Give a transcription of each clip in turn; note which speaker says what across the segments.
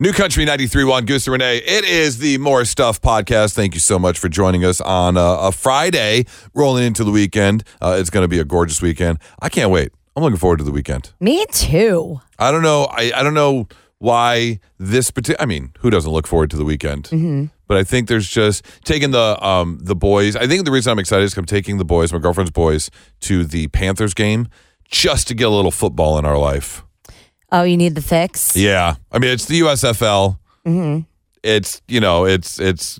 Speaker 1: New Country 93.1, Goose and Renee. It is the More Stuff podcast. Thank you so much for joining us on uh, a Friday, rolling into the weekend. Uh, it's going to be a gorgeous weekend. I can't wait. I'm looking forward to the weekend.
Speaker 2: Me too.
Speaker 1: I don't know. I, I don't know why this particular. I mean, who doesn't look forward to the weekend? But I think there's just taking the um, the boys. I think the reason I'm excited is 'cause I'm taking the boys, my girlfriend's boys, to the Panthers game just to get a little football in our life.
Speaker 2: Oh, you need the fix?
Speaker 1: Yeah, I mean it's the USFL.
Speaker 2: Mm-hmm.
Speaker 1: It's you know it's it's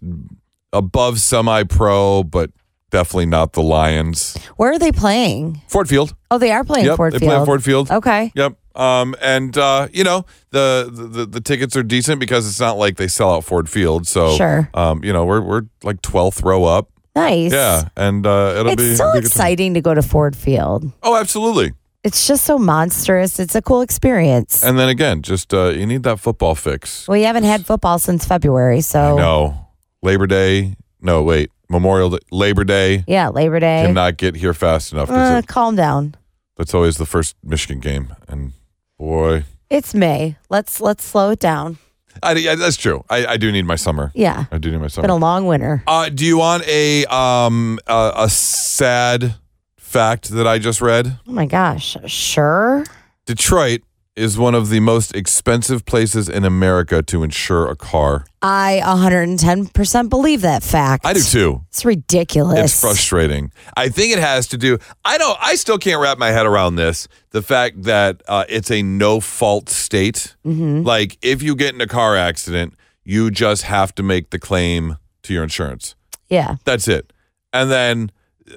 Speaker 1: above semi-pro, but definitely not the Lions.
Speaker 2: Where are they playing?
Speaker 1: Ford Field.
Speaker 2: Oh, they are playing
Speaker 1: yep,
Speaker 2: Ford
Speaker 1: they
Speaker 2: Field.
Speaker 1: play at Ford Field.
Speaker 2: Okay.
Speaker 1: Yep. Um, and uh, you know the, the the tickets are decent because it's not like they sell out Ford Field. So
Speaker 2: Sure.
Speaker 1: Um, you know we're we're like twelfth row up.
Speaker 2: Nice.
Speaker 1: Yeah, and uh, it'll be
Speaker 2: It's so
Speaker 1: it'll be a good time.
Speaker 2: exciting to go to Ford Field.
Speaker 1: Oh, absolutely.
Speaker 2: It's just so monstrous. It's a cool experience.
Speaker 1: And then again, just uh, you need that football fix.
Speaker 2: we haven't had football since February, so
Speaker 1: No, Labor Day. No, wait, Memorial Day, Labor Day.
Speaker 2: yeah, Labor Day.
Speaker 1: cannot get here fast enough. 'cause
Speaker 2: Uh,
Speaker 1: it-
Speaker 2: calm down.
Speaker 1: that's always the first Michigan game, and boy,
Speaker 2: It's May. Let's let's slow it down.
Speaker 1: I, yeah, that's true. I, I do need my summer.
Speaker 2: Yeah,
Speaker 1: I do need my
Speaker 2: been a
Speaker 1: summer.
Speaker 2: long winter.
Speaker 1: Uh, do you want a um a, a sad fact that I just read?
Speaker 2: Oh my gosh. Sure.
Speaker 1: Detroit is one of the most expensive places in America to insure a car.
Speaker 2: I 110% believe that fact.
Speaker 1: I do too.
Speaker 2: It's ridiculous.
Speaker 1: It's frustrating. I think it has to do. I don't. I still can't wrap my head around this. The fact that uh, it's a no fault state. Like if you get in a car accident, you just have to make the claim to your insurance.
Speaker 2: Yeah.
Speaker 1: That's it. And then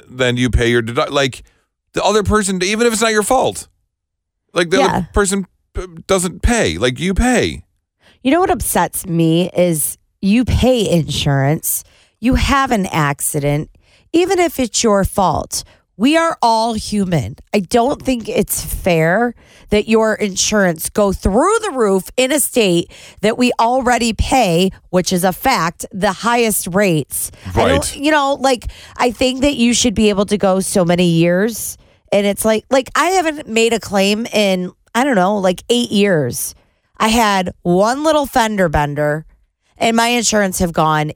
Speaker 1: then you pay your deduct. Like the other person, even if it's not your fault, like the
Speaker 2: Yeah.
Speaker 1: other person uh, doesn't pay. Like you pay.
Speaker 2: You know what upsets me is you pay insurance, you have an accident, even if it's your fault. We are all human. I don't think it's fair that your insurance go through the roof in a state that we already pay, which is a fact, the highest rates. I
Speaker 1: Right.
Speaker 2: don't, you know, like I think that you should be able to go so many years and it's like like I haven't made a claim in I don't know, like 8 years. I had one little fender bender and my insurance have gone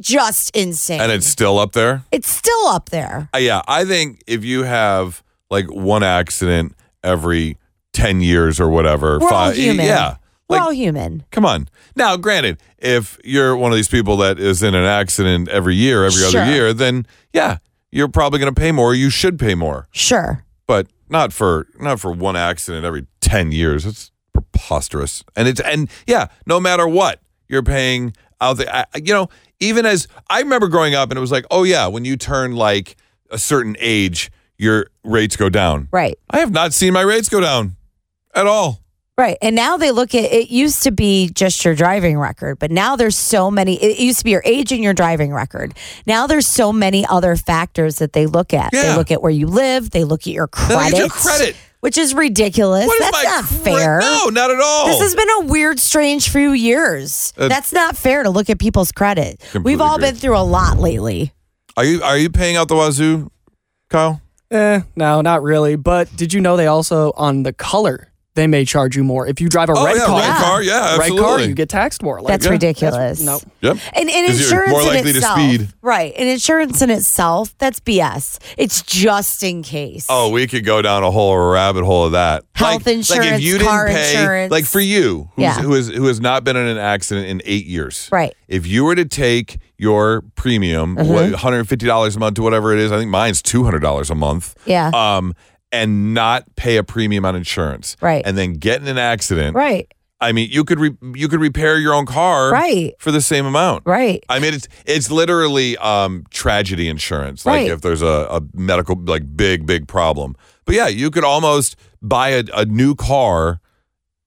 Speaker 2: just insane.
Speaker 1: And it's still up there.
Speaker 2: it's still up there.
Speaker 1: Uh, yeah, I think if you have like one accident every 10 years or whatever,
Speaker 2: We're all human.
Speaker 1: yeah.
Speaker 2: We're
Speaker 1: Like,
Speaker 2: all human.
Speaker 1: come on. Now, granted, if you're one of these people that is in an accident every year, every
Speaker 2: Sure.
Speaker 1: other year, then yeah, you're probably going to pay more. You should pay more,
Speaker 2: Sure.
Speaker 1: but not for not for one accident every 10 years. It's preposterous. And it's and yeah, no matter what, you're paying out the I, you know, even as I remember growing up and it was like, "Oh yeah, when you turn like a certain age, your rates go down."
Speaker 2: Right.
Speaker 1: I have not seen my rates go down at all.
Speaker 2: Right. And now they look at it used to be just your driving record, but now there's so many it used to be your age and your driving record. Now there's so many other factors that they look at.
Speaker 1: Yeah.
Speaker 2: They look at where you live, they look at your
Speaker 1: They look
Speaker 2: credit.
Speaker 1: at your credit.
Speaker 2: Which is ridiculous.
Speaker 1: What is
Speaker 2: That's
Speaker 1: my
Speaker 2: not
Speaker 1: cre-
Speaker 2: fair.
Speaker 1: No, not at all.
Speaker 2: This has been a weird, strange few years.
Speaker 1: Oh. Uh,
Speaker 2: That's not fair to look at people's credit.
Speaker 1: Completely
Speaker 2: We've all
Speaker 1: agree.
Speaker 2: been through a lot lately.
Speaker 1: Are you are you paying out the wazoo, Kyle?
Speaker 3: Eh, no, not really. But did you know they also on the color they may charge you more if you drive a
Speaker 1: oh
Speaker 3: red
Speaker 1: yeah,
Speaker 3: car?
Speaker 1: red car. Yeah,
Speaker 3: red
Speaker 1: absolutely.
Speaker 3: car, you get taxed more. Like
Speaker 2: That's ridiculous.
Speaker 3: no.
Speaker 1: yep.
Speaker 2: And, and
Speaker 1: 'Cause
Speaker 2: insurance
Speaker 1: you're more
Speaker 2: in
Speaker 1: likely to
Speaker 2: itself,
Speaker 1: speed.
Speaker 2: right? And insurance in itself, that's BS. It's just in case.
Speaker 1: Oh, we could go down a whole rabbit hole of that.
Speaker 2: Health insurance, car insurance.
Speaker 1: like for you, who's,
Speaker 2: Yeah.
Speaker 1: who is who has not been in an accident in eight years,
Speaker 2: Right. Mm-hmm.
Speaker 1: If you were to take your premium, one hundred fifty dollars a month to whatever it is, I think mine's two hundred dollars a month,
Speaker 2: Yeah.
Speaker 1: um, and not pay a premium on insurance,
Speaker 2: Right.
Speaker 1: and then get in an accident,
Speaker 2: right.
Speaker 1: I mean, you could re- you could repair your own car,
Speaker 2: Right.
Speaker 1: for the same amount,
Speaker 2: Right.
Speaker 1: I mean, it's it's literally um, tragedy insurance. Like
Speaker 2: Right.
Speaker 1: if there's a, a medical, like big, big problem. But yeah, you could almost buy a, a new car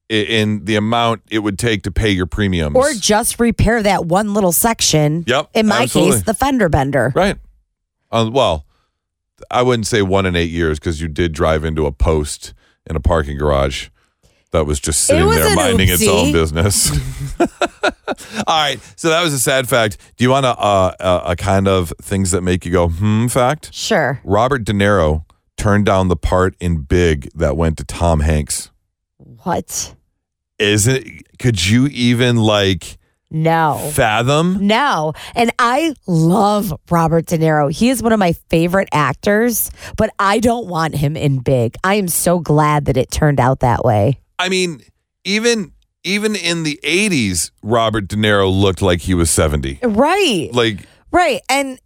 Speaker 1: i- in the amount it would take to pay your premiums.
Speaker 2: Or just repair that one little section.
Speaker 1: um, Yep,
Speaker 2: In my
Speaker 1: absolutely.
Speaker 2: case, the fender bender.
Speaker 1: right. Uh, well, I wouldn't say one in eight years because you did drive into a post in a parking garage that was just sitting
Speaker 2: was
Speaker 1: there
Speaker 2: an
Speaker 1: minding its
Speaker 2: oopsie.
Speaker 1: own business. All right, so that was a sad fact. Do you want a, uh, a a kind of things that make you go hmm fact?
Speaker 2: Sure.
Speaker 1: Robert De Niro turned down the part in Big that went to Tom Hanks.
Speaker 2: What?
Speaker 1: Isn't could you even like
Speaker 2: No.
Speaker 1: fathom?
Speaker 2: No. And I love Robert De Niro. He is one of my favorite actors, but I don't want him in big. I am so glad that it turned out that way.
Speaker 1: I mean, even even in the 80s, Robert De Niro looked like he was 70.
Speaker 2: Right.
Speaker 1: Like
Speaker 2: Right. And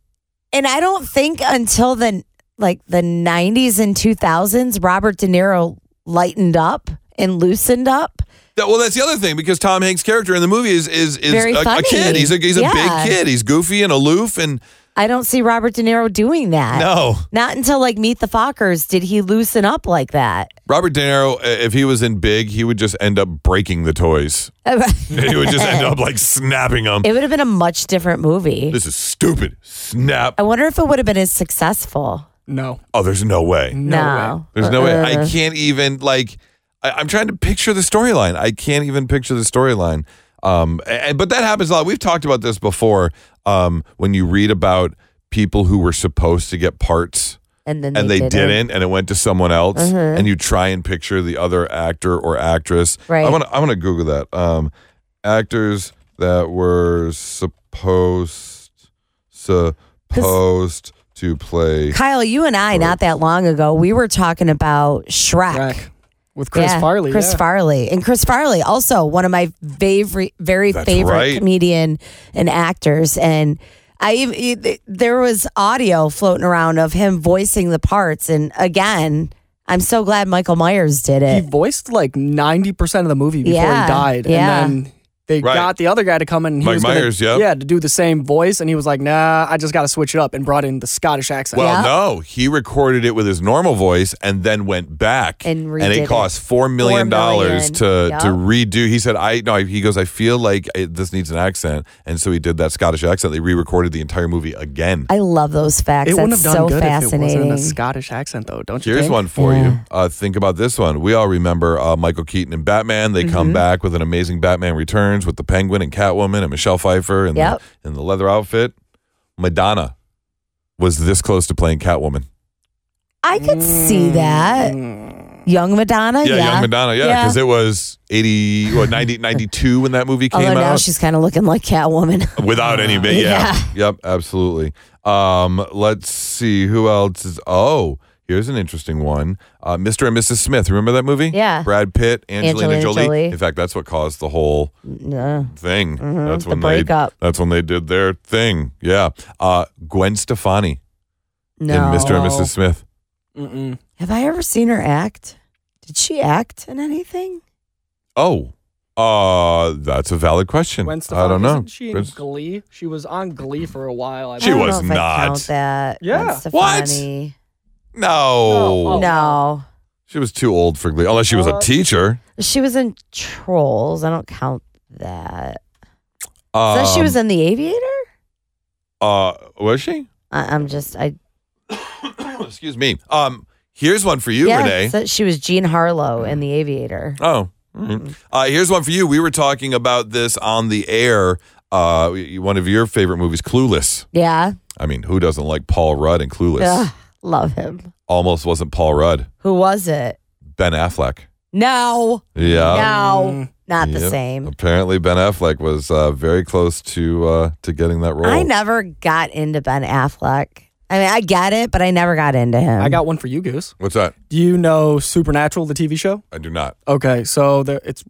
Speaker 2: and I don't think until the like the 90s and 2000s Robert De Niro lightened up and loosened up.
Speaker 1: that, well, that's the other thing because Tom Hanks' character in the movie is is, is
Speaker 2: Very
Speaker 1: a, a
Speaker 2: funny.
Speaker 1: kid. He's a he's
Speaker 2: Yeah.
Speaker 1: a big kid. He's goofy and aloof and
Speaker 2: I don't see Robert De Niro doing that.
Speaker 1: no.
Speaker 2: Not until like Meet the Fockers did he loosen up like that.
Speaker 1: Robert De Niro, uh, if he was in big, he would just end up breaking the toys.
Speaker 2: it
Speaker 1: He would just end up like snapping them.
Speaker 2: would have been a much different movie.
Speaker 1: This is stupid. Snap.
Speaker 2: I wonder if it would have been as successful.
Speaker 3: No.
Speaker 1: Oh, there's no
Speaker 2: Mm.
Speaker 1: way.
Speaker 3: No. way.
Speaker 1: There's no way.
Speaker 2: Uh-uh.
Speaker 1: I can't even like. I, I'm trying to picture the storyline. I can't even picture the storyline. Um, a- and, but that happens a lot. We've talked about this before. Um, when you read about people who were supposed to get parts
Speaker 2: and then
Speaker 1: and they,
Speaker 2: they,
Speaker 1: didn't. and it went to someone else, and you try and picture the other actor or actress.
Speaker 2: Right.
Speaker 1: I want to. I want to Google that. Um, actors that were supposed supposed to play.
Speaker 2: Kyle, you and I, not that long ago, we were talking about Shrek.
Speaker 3: Crack. With Chris
Speaker 2: Yeah,
Speaker 3: Farley.
Speaker 2: Chris
Speaker 3: yeah.
Speaker 2: Farley. And Chris Farley, also one of my favorite, very
Speaker 1: That's
Speaker 2: favorite
Speaker 1: right.
Speaker 2: comedian and actors. And I, ev- there was audio floating around of him voicing the parts. And again, I'm so glad Michael Myers did
Speaker 3: He
Speaker 2: it.
Speaker 3: voiced like 90% of the movie before
Speaker 2: Yeah,
Speaker 3: he died.
Speaker 2: yeah.
Speaker 3: And then they
Speaker 1: Right.
Speaker 3: got the other guy to come in. And he
Speaker 1: Mike
Speaker 3: was gonna-
Speaker 1: Myers, yeah.
Speaker 3: Yeah, to do the same voice. And he was like, nah, I just got to switch it up and brought in the Scottish accent.
Speaker 1: Well,
Speaker 2: Yeah.
Speaker 1: no, he recorded it with his normal voice and then went back
Speaker 2: And redid
Speaker 1: it
Speaker 2: it.
Speaker 1: cost four million dollars
Speaker 2: million,
Speaker 1: to
Speaker 2: yeah.
Speaker 1: to redo. He said, "I no." He goes, "I feel like I, this needs an accent," and so he did that Scottish accent. They re-recorded the entire movie again.
Speaker 2: I love those facts.
Speaker 3: it wouldn't
Speaker 2: That's
Speaker 3: have done
Speaker 2: so
Speaker 3: good if it wasn't
Speaker 2: fascinating.
Speaker 3: in a Scottish accent, though, don't you
Speaker 1: Here's
Speaker 3: think?
Speaker 1: one for
Speaker 2: Yeah.
Speaker 1: you. Uh, think about this one. We all remember uh, Michael Keaton and Batman. They come back with an amazing Batman Returns with the Penguin and Catwoman and Michelle Pfeiffer and
Speaker 2: Yep.
Speaker 1: the, in the leather outfit. Madonna was this close to playing Catwoman.
Speaker 2: I could see that.
Speaker 3: Mm,
Speaker 2: Young Madonna, yeah.
Speaker 1: Yeah, young Madonna. Yeah, because it was 80, what, 90, 92 when that movie came
Speaker 2: Although now
Speaker 1: out.
Speaker 2: she's kind of looking like Catwoman.
Speaker 1: Without any, ba- yeah. Yep, absolutely. Um, let's see who else is. Oh, here's an interesting one. Uh, Mr. and Mrs. Smith. Remember that movie?
Speaker 2: Yeah.
Speaker 1: Brad Pitt, Angelina,
Speaker 2: Angelina
Speaker 1: Jolie.
Speaker 2: Jolie.
Speaker 1: In fact, that's what caused the whole
Speaker 2: Yeah. Mm-hmm.
Speaker 1: thing. That's
Speaker 2: the
Speaker 1: when
Speaker 2: breakup.
Speaker 1: they. That's when they did their thing. Yeah. Uh, Gwen Stefani
Speaker 2: No.
Speaker 1: in Mr. and Mrs. Smith.
Speaker 3: Mm-mm.
Speaker 2: Have I ever seen her act? Did she act in anything?
Speaker 1: Oh. Uh, that's a valid question.
Speaker 3: Gwen
Speaker 1: I
Speaker 3: Stefani,
Speaker 1: don't know.
Speaker 3: Isn't she in
Speaker 1: Gwen-
Speaker 3: Glee? She was on Glee for a while. I
Speaker 1: She
Speaker 2: I
Speaker 3: believe.
Speaker 2: don't
Speaker 1: was
Speaker 2: know if I
Speaker 1: not.
Speaker 2: count that.
Speaker 3: Yeah.
Speaker 2: Gwen
Speaker 1: What?
Speaker 2: Stefani.
Speaker 1: No.
Speaker 3: Oh.
Speaker 2: No,
Speaker 1: She was too old for Glee, unless she was a
Speaker 3: Uh,
Speaker 1: teacher.
Speaker 2: she was in Trolls. I don't count that. So she was
Speaker 1: Um,
Speaker 2: in The Aviator.
Speaker 1: Uh, was she?
Speaker 2: I, I'm just I.
Speaker 1: Excuse me. Um, here's one for you,
Speaker 2: yeah,
Speaker 1: Renee.
Speaker 2: so she was Jean Harlow in The Aviator.
Speaker 1: Oh, all right. uh, here's one for you. We were talking about this on the air. Uh, y- one of your favorite movies, Clueless.
Speaker 2: Yeah,
Speaker 1: I mean, who doesn't like Paul Rudd and Clueless?
Speaker 2: Ugh, love him.
Speaker 1: Almost wasn't Paul Rudd.
Speaker 2: Who was it?
Speaker 1: Ben Affleck.
Speaker 2: No,
Speaker 1: Yeah. Mm.
Speaker 2: no, not the
Speaker 1: Yep.
Speaker 2: same.
Speaker 1: Apparently, Ben Affleck was uh, very close to uh, to getting that role.
Speaker 2: I never got into Ben Affleck. I mean, I get it, but I never got into him.
Speaker 3: I got one for you, Goose.
Speaker 1: What's that?
Speaker 3: Do you know Supernatural, the TV show?
Speaker 1: I do not.
Speaker 3: Okay, so the, it's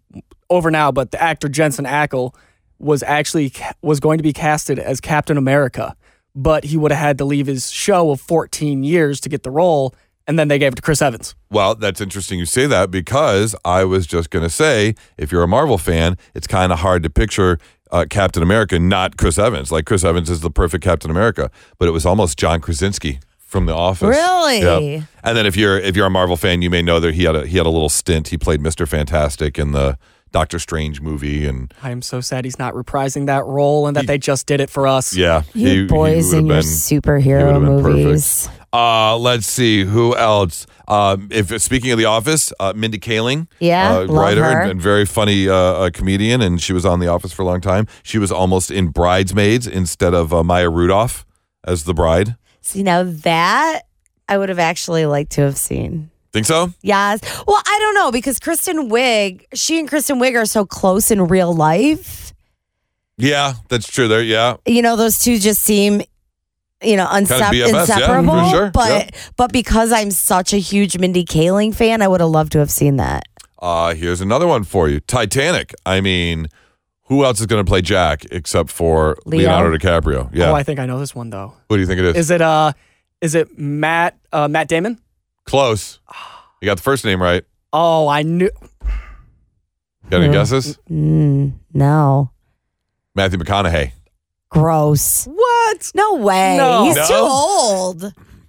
Speaker 3: over now, but the actor Jensen Ackles was actually ca- was going to be casted as Captain America, but he would have had to leave his show of 14 years to get the role, and then they gave it to Chris Evans.
Speaker 1: Well, that's interesting you say that because I was just going to say if you're a Marvel fan, it's kind of hard to picture uh, Captain America not Chris Evans. Like Chris Evans is the perfect Captain America, but it was almost John Krasinski from The Office.
Speaker 2: Really?
Speaker 1: Yep. And then if you're if you're a Marvel fan, you may know that he had a he had a little stint. He played Mister Fantastic in the Doctor Strange movie, and
Speaker 3: I am so sad he's not reprising that role, and that they just did it for us.
Speaker 1: yeah,
Speaker 2: you boys
Speaker 1: would've
Speaker 2: and your
Speaker 1: been-
Speaker 2: superhero
Speaker 1: would've been perfect.
Speaker 2: movies.
Speaker 1: Uh, let's see who else. Um, if speaking of The Office, uh, Mindy Kaling,
Speaker 2: Yeah,
Speaker 1: uh,
Speaker 2: love
Speaker 1: writer
Speaker 2: her.
Speaker 1: And, and very funny uh, uh, comedian, and she was on The Office for a long time. She was almost in Bridesmaids instead of uh, Maya Rudolph as the bride.
Speaker 2: See, now that I would have actually liked to have seen.
Speaker 1: Think so?
Speaker 2: Yes. Well, I don't know because Kristen Wiig, she and Kristen Wiig are so close in real life.
Speaker 1: Yeah, that's true. There, yeah.
Speaker 2: You know, those two just seem, you know, unsep-
Speaker 1: BFFs, yeah, for
Speaker 2: inseparable.
Speaker 1: sure,
Speaker 2: But but because I'm such a huge Mindy Kaling fan, I would have loved to have seen that.
Speaker 1: Uh, here's another one for you. Titanic. I mean, who else is going to play Jack except for
Speaker 2: Leo.
Speaker 1: Leonardo DiCaprio? Yeah.
Speaker 3: Oh, I think I know this one though.
Speaker 1: Who do you think it is?
Speaker 3: Is it uh is it Matt uh Matt Damon?
Speaker 1: Close. You got the first name right.
Speaker 3: Oh, I knew
Speaker 1: Got any
Speaker 2: Yeah.
Speaker 1: guesses?
Speaker 2: Mm, no,
Speaker 1: Matthew McConaughey.
Speaker 2: gross.
Speaker 3: What?
Speaker 2: No way.
Speaker 3: No.
Speaker 2: He's
Speaker 1: No?
Speaker 2: too old.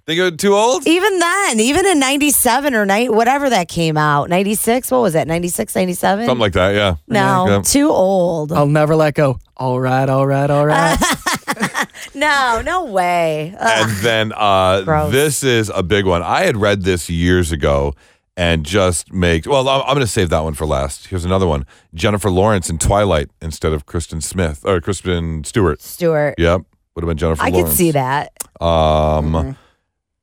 Speaker 1: Think you're too old?
Speaker 2: Even then, even in 97 or 90, whatever that came out, 96, what was that, 96, 97?
Speaker 1: Something like that, yeah.
Speaker 2: no,
Speaker 1: Yeah. Oh.
Speaker 2: too old.
Speaker 3: I'll never let go. All right, all right, all right.
Speaker 2: No, no way. Ugh.
Speaker 1: And then uh,
Speaker 2: Gross.
Speaker 1: this is a big one. I had read this years ago and just makes. Well, I'm, I'm going to save that one for last. Here's another one Jennifer Lawrence in Twilight instead of Kristen Smith or Kristen Stewart.
Speaker 2: Stewart.
Speaker 1: Yep. Would have been Jennifer
Speaker 2: I
Speaker 1: Lawrence.
Speaker 2: could see that. Mm-hmm.
Speaker 1: Um,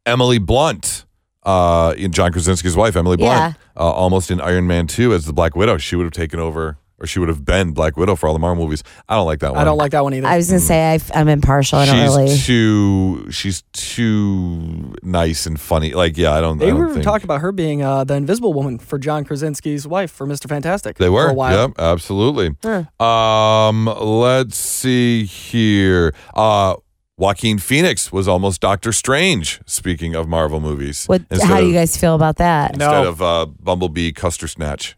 Speaker 1: Emily Blunt, uh, in John Krasinski's wife, Emily Blunt, uh, almost in Iron Man 2 as the Black Widow. She would have taken over, or she would have been Black Widow for all the Marvel movies. I don't like that one.
Speaker 3: I don't like that one either.
Speaker 2: I was going to say I, am impartial. I
Speaker 1: She's
Speaker 2: don't really.
Speaker 1: too. She's too nice and funny. Like, yeah, I don't. I
Speaker 3: they
Speaker 1: don't
Speaker 3: were
Speaker 1: think-
Speaker 3: talking about her being uh, the Invisible Woman for John Krasinski's wife for Mr. Fantastic.
Speaker 1: They were.
Speaker 3: for a while.
Speaker 1: Yep, absolutely. Um, let's see here. Uh, Joaquin Phoenix was almost Doctor Strange. Speaking of Marvel movies,
Speaker 2: What,
Speaker 1: Instead
Speaker 2: how do you
Speaker 1: of-
Speaker 2: guys feel about that?
Speaker 3: No.
Speaker 1: instead of uh, Bumblebee Custer Snatch.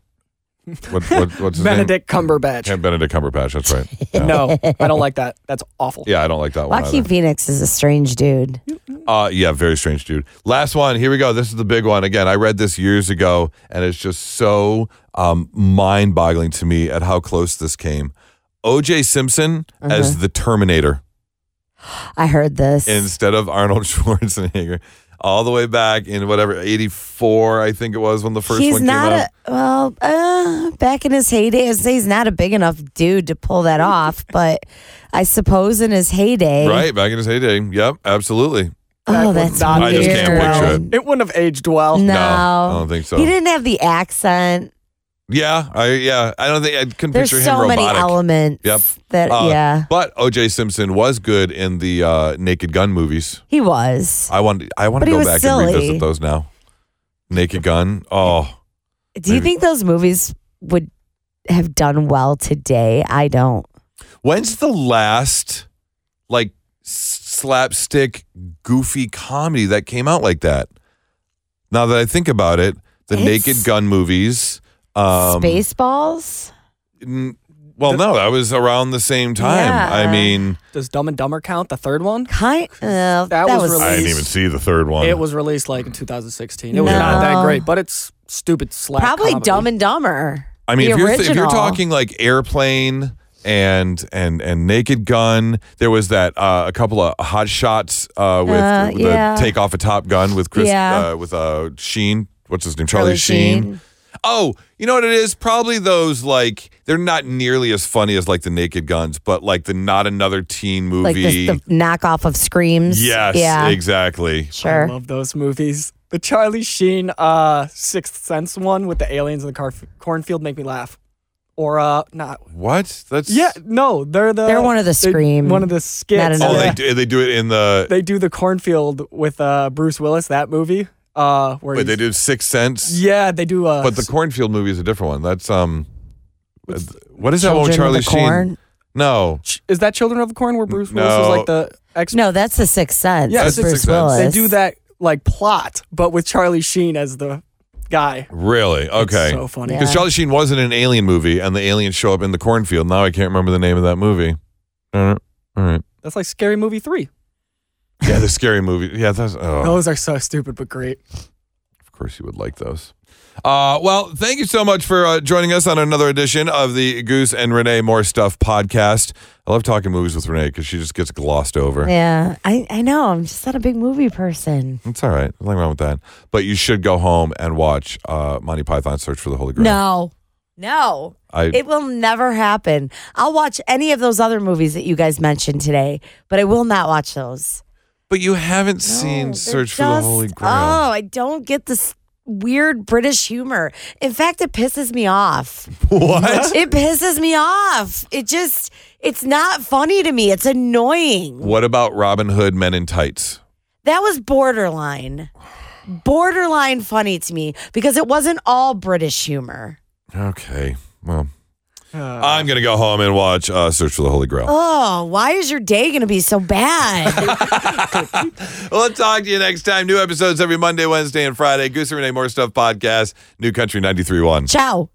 Speaker 1: What, what, what's his
Speaker 3: Benedict
Speaker 1: name? Yeah,
Speaker 3: Cumberbatch.
Speaker 1: Benedict Cumberbatch. That's right. Yeah.
Speaker 3: No, I don't like that. That's awful.
Speaker 1: Yeah, Oh, I don't like that one.
Speaker 2: Joaquin
Speaker 1: Either.
Speaker 2: Phoenix is a strange dude.
Speaker 1: Uh, yeah, very strange, dude. Last one. Here we go. This is the big one. Again, I read this years ago, and it's just so um, mind boggling to me at how close this came. OJ Simpson
Speaker 2: Mm-hmm.
Speaker 1: as the Terminator
Speaker 2: I heard this.
Speaker 1: instead of Arnold Schwarzenegger, all the way back in whatever, 84, I think it was when the first
Speaker 2: he's
Speaker 1: one came
Speaker 2: not
Speaker 1: out.
Speaker 2: a well. Uh, back in his heyday, I would say he's not a big enough dude to pull that off. But I suppose in his heyday,
Speaker 1: right, back in his heyday. Yep, absolutely.
Speaker 3: That
Speaker 2: Oh,
Speaker 3: would
Speaker 2: that's
Speaker 3: not
Speaker 1: I just can't
Speaker 2: weird.
Speaker 1: picture it.
Speaker 3: It wouldn't have aged well.
Speaker 2: No,
Speaker 1: No, I don't think so.
Speaker 2: He didn't have the accent.
Speaker 1: Yeah, I yeah, I don't think I couldn't
Speaker 2: There's
Speaker 1: picture
Speaker 2: so
Speaker 1: him
Speaker 2: many
Speaker 1: robotic.
Speaker 2: elements.
Speaker 1: Yep.
Speaker 2: That
Speaker 1: Uh,
Speaker 2: yeah,
Speaker 1: But O.J. Simpson was good in the uh, Naked Gun movies.
Speaker 2: he was.
Speaker 1: I want I want
Speaker 2: But
Speaker 1: to
Speaker 2: he
Speaker 1: go
Speaker 2: was
Speaker 1: back
Speaker 2: silly.
Speaker 1: and revisit those now. Naked Gun. Oh,
Speaker 2: Do you
Speaker 1: maybe-
Speaker 2: think those movies would have done well today? I don't.
Speaker 1: when's the last like s- slapstick goofy comedy that came out like that? Now that I think about it, the
Speaker 2: It's-
Speaker 1: Naked Gun movies. Um,
Speaker 2: Spaceballs.
Speaker 1: n- well, no, that was around the same time.
Speaker 2: Yeah.
Speaker 1: I mean,
Speaker 3: Does Dumb and Dumber count? The third one?
Speaker 2: Kind. Uh, that,
Speaker 3: That was
Speaker 2: was.
Speaker 1: I didn't
Speaker 3: Release-
Speaker 1: even see the third one.
Speaker 3: It was released like in 2016. It was
Speaker 2: No.
Speaker 3: not that great, but it's stupid slap.
Speaker 2: Probably
Speaker 3: comedy.
Speaker 2: Dumb and Dumber.
Speaker 1: I mean,
Speaker 2: the
Speaker 1: if you're, if you're
Speaker 2: original.
Speaker 1: talking like airplane and and and Naked Gun, there was that uh, a couple of hot shots uh, with
Speaker 2: Uh,
Speaker 1: the
Speaker 2: yeah.
Speaker 1: take off a Top Gun with Chris
Speaker 2: Yeah.
Speaker 1: uh, with uh, Sheen. What's his name? Charlie, Sheen.
Speaker 2: Sheen.
Speaker 1: Oh, you know what it is? Probably those like they're not nearly as funny as like the Naked Guns, but like the not another teen
Speaker 2: like
Speaker 1: movie.
Speaker 2: this, the knockoff of Screams.
Speaker 1: yes,
Speaker 2: Yeah.
Speaker 1: exactly.
Speaker 3: I
Speaker 2: Sure.
Speaker 3: love those movies. The Charlie Sheen uh, Sixth Sense one with the aliens in the car- cornfield make me laugh. Or uh, not.
Speaker 1: What? That's
Speaker 3: Yeah, no, they're the.
Speaker 2: They're one of the
Speaker 3: they-
Speaker 2: Scream.
Speaker 3: One of the skits.
Speaker 2: Not
Speaker 1: Oh,
Speaker 2: another-
Speaker 1: they
Speaker 3: Yeah.
Speaker 1: do, they do it in the.
Speaker 3: They do the cornfield with uh, Bruce Willis. That movie. Uh, where
Speaker 1: Wait, they
Speaker 3: he's-
Speaker 1: do Sixth Sense.
Speaker 3: Yeah, they do. Uh,
Speaker 1: But the cornfield movie is a different one. That's um, uh, what is that one with
Speaker 2: Children
Speaker 1: Charlie
Speaker 2: of the Corn.
Speaker 1: Sheen? No,
Speaker 3: Ch- is that Children of the Corn where Bruce Willis
Speaker 1: No.
Speaker 3: is like the ex?
Speaker 2: No, that's the Sixth Sense.
Speaker 3: Yeah,
Speaker 2: with
Speaker 3: that's the
Speaker 2: Bruce
Speaker 1: Sixth Sense.
Speaker 2: Willis.
Speaker 3: they do that like plot, but with Charlie Sheen as the guy.
Speaker 1: really?
Speaker 3: It's
Speaker 1: Okay,
Speaker 3: so funny.
Speaker 2: Yeah.
Speaker 1: because Charlie Sheen was in an Alien movie, and the aliens show up in the cornfield. Now I can't remember the name of that movie. All right, all right.
Speaker 3: That's like Scary Movie three.
Speaker 1: Yeah, the scary movie. Yeah, that's oh,
Speaker 3: Those are so stupid but great.
Speaker 1: of course you would like those. Uh, well, thank you so much for uh, joining us on another edition of the Goose and Renee More Stuff podcast. I love talking movies with Renee because she just gets glossed over.
Speaker 2: Yeah, I, I know. I'm just not a big movie person.
Speaker 1: It's all right. Nothing wrong with that. But you should go home and watch uh, Monty Python Search for the Holy Grail.
Speaker 2: No, no,
Speaker 1: I,
Speaker 2: it will never happen. I'll watch any of those other movies that you guys mentioned today, but I will not watch those.
Speaker 1: But you haven't seen
Speaker 2: No,
Speaker 1: Search
Speaker 2: they're
Speaker 1: for the
Speaker 2: just-
Speaker 1: Holy Grail.
Speaker 2: Oh, I don't get this weird British humor. In fact, it pisses me off.
Speaker 1: What?
Speaker 2: It pisses me off. It just, it's not funny to me. It's annoying.
Speaker 1: What about Robin Hood Men in Tights?
Speaker 2: That was borderline, borderline funny to me because it wasn't all British humor.
Speaker 1: Okay. Well, I'm going to go home and watch uh, Search for the Holy Grail.
Speaker 2: Oh, why is your day going to be so bad?
Speaker 1: We'll talk to you next time. New episodes every Monday, Wednesday, and Friday. Goose and Renee More Stuff Podcast, New Country 93.1.
Speaker 2: Ciao.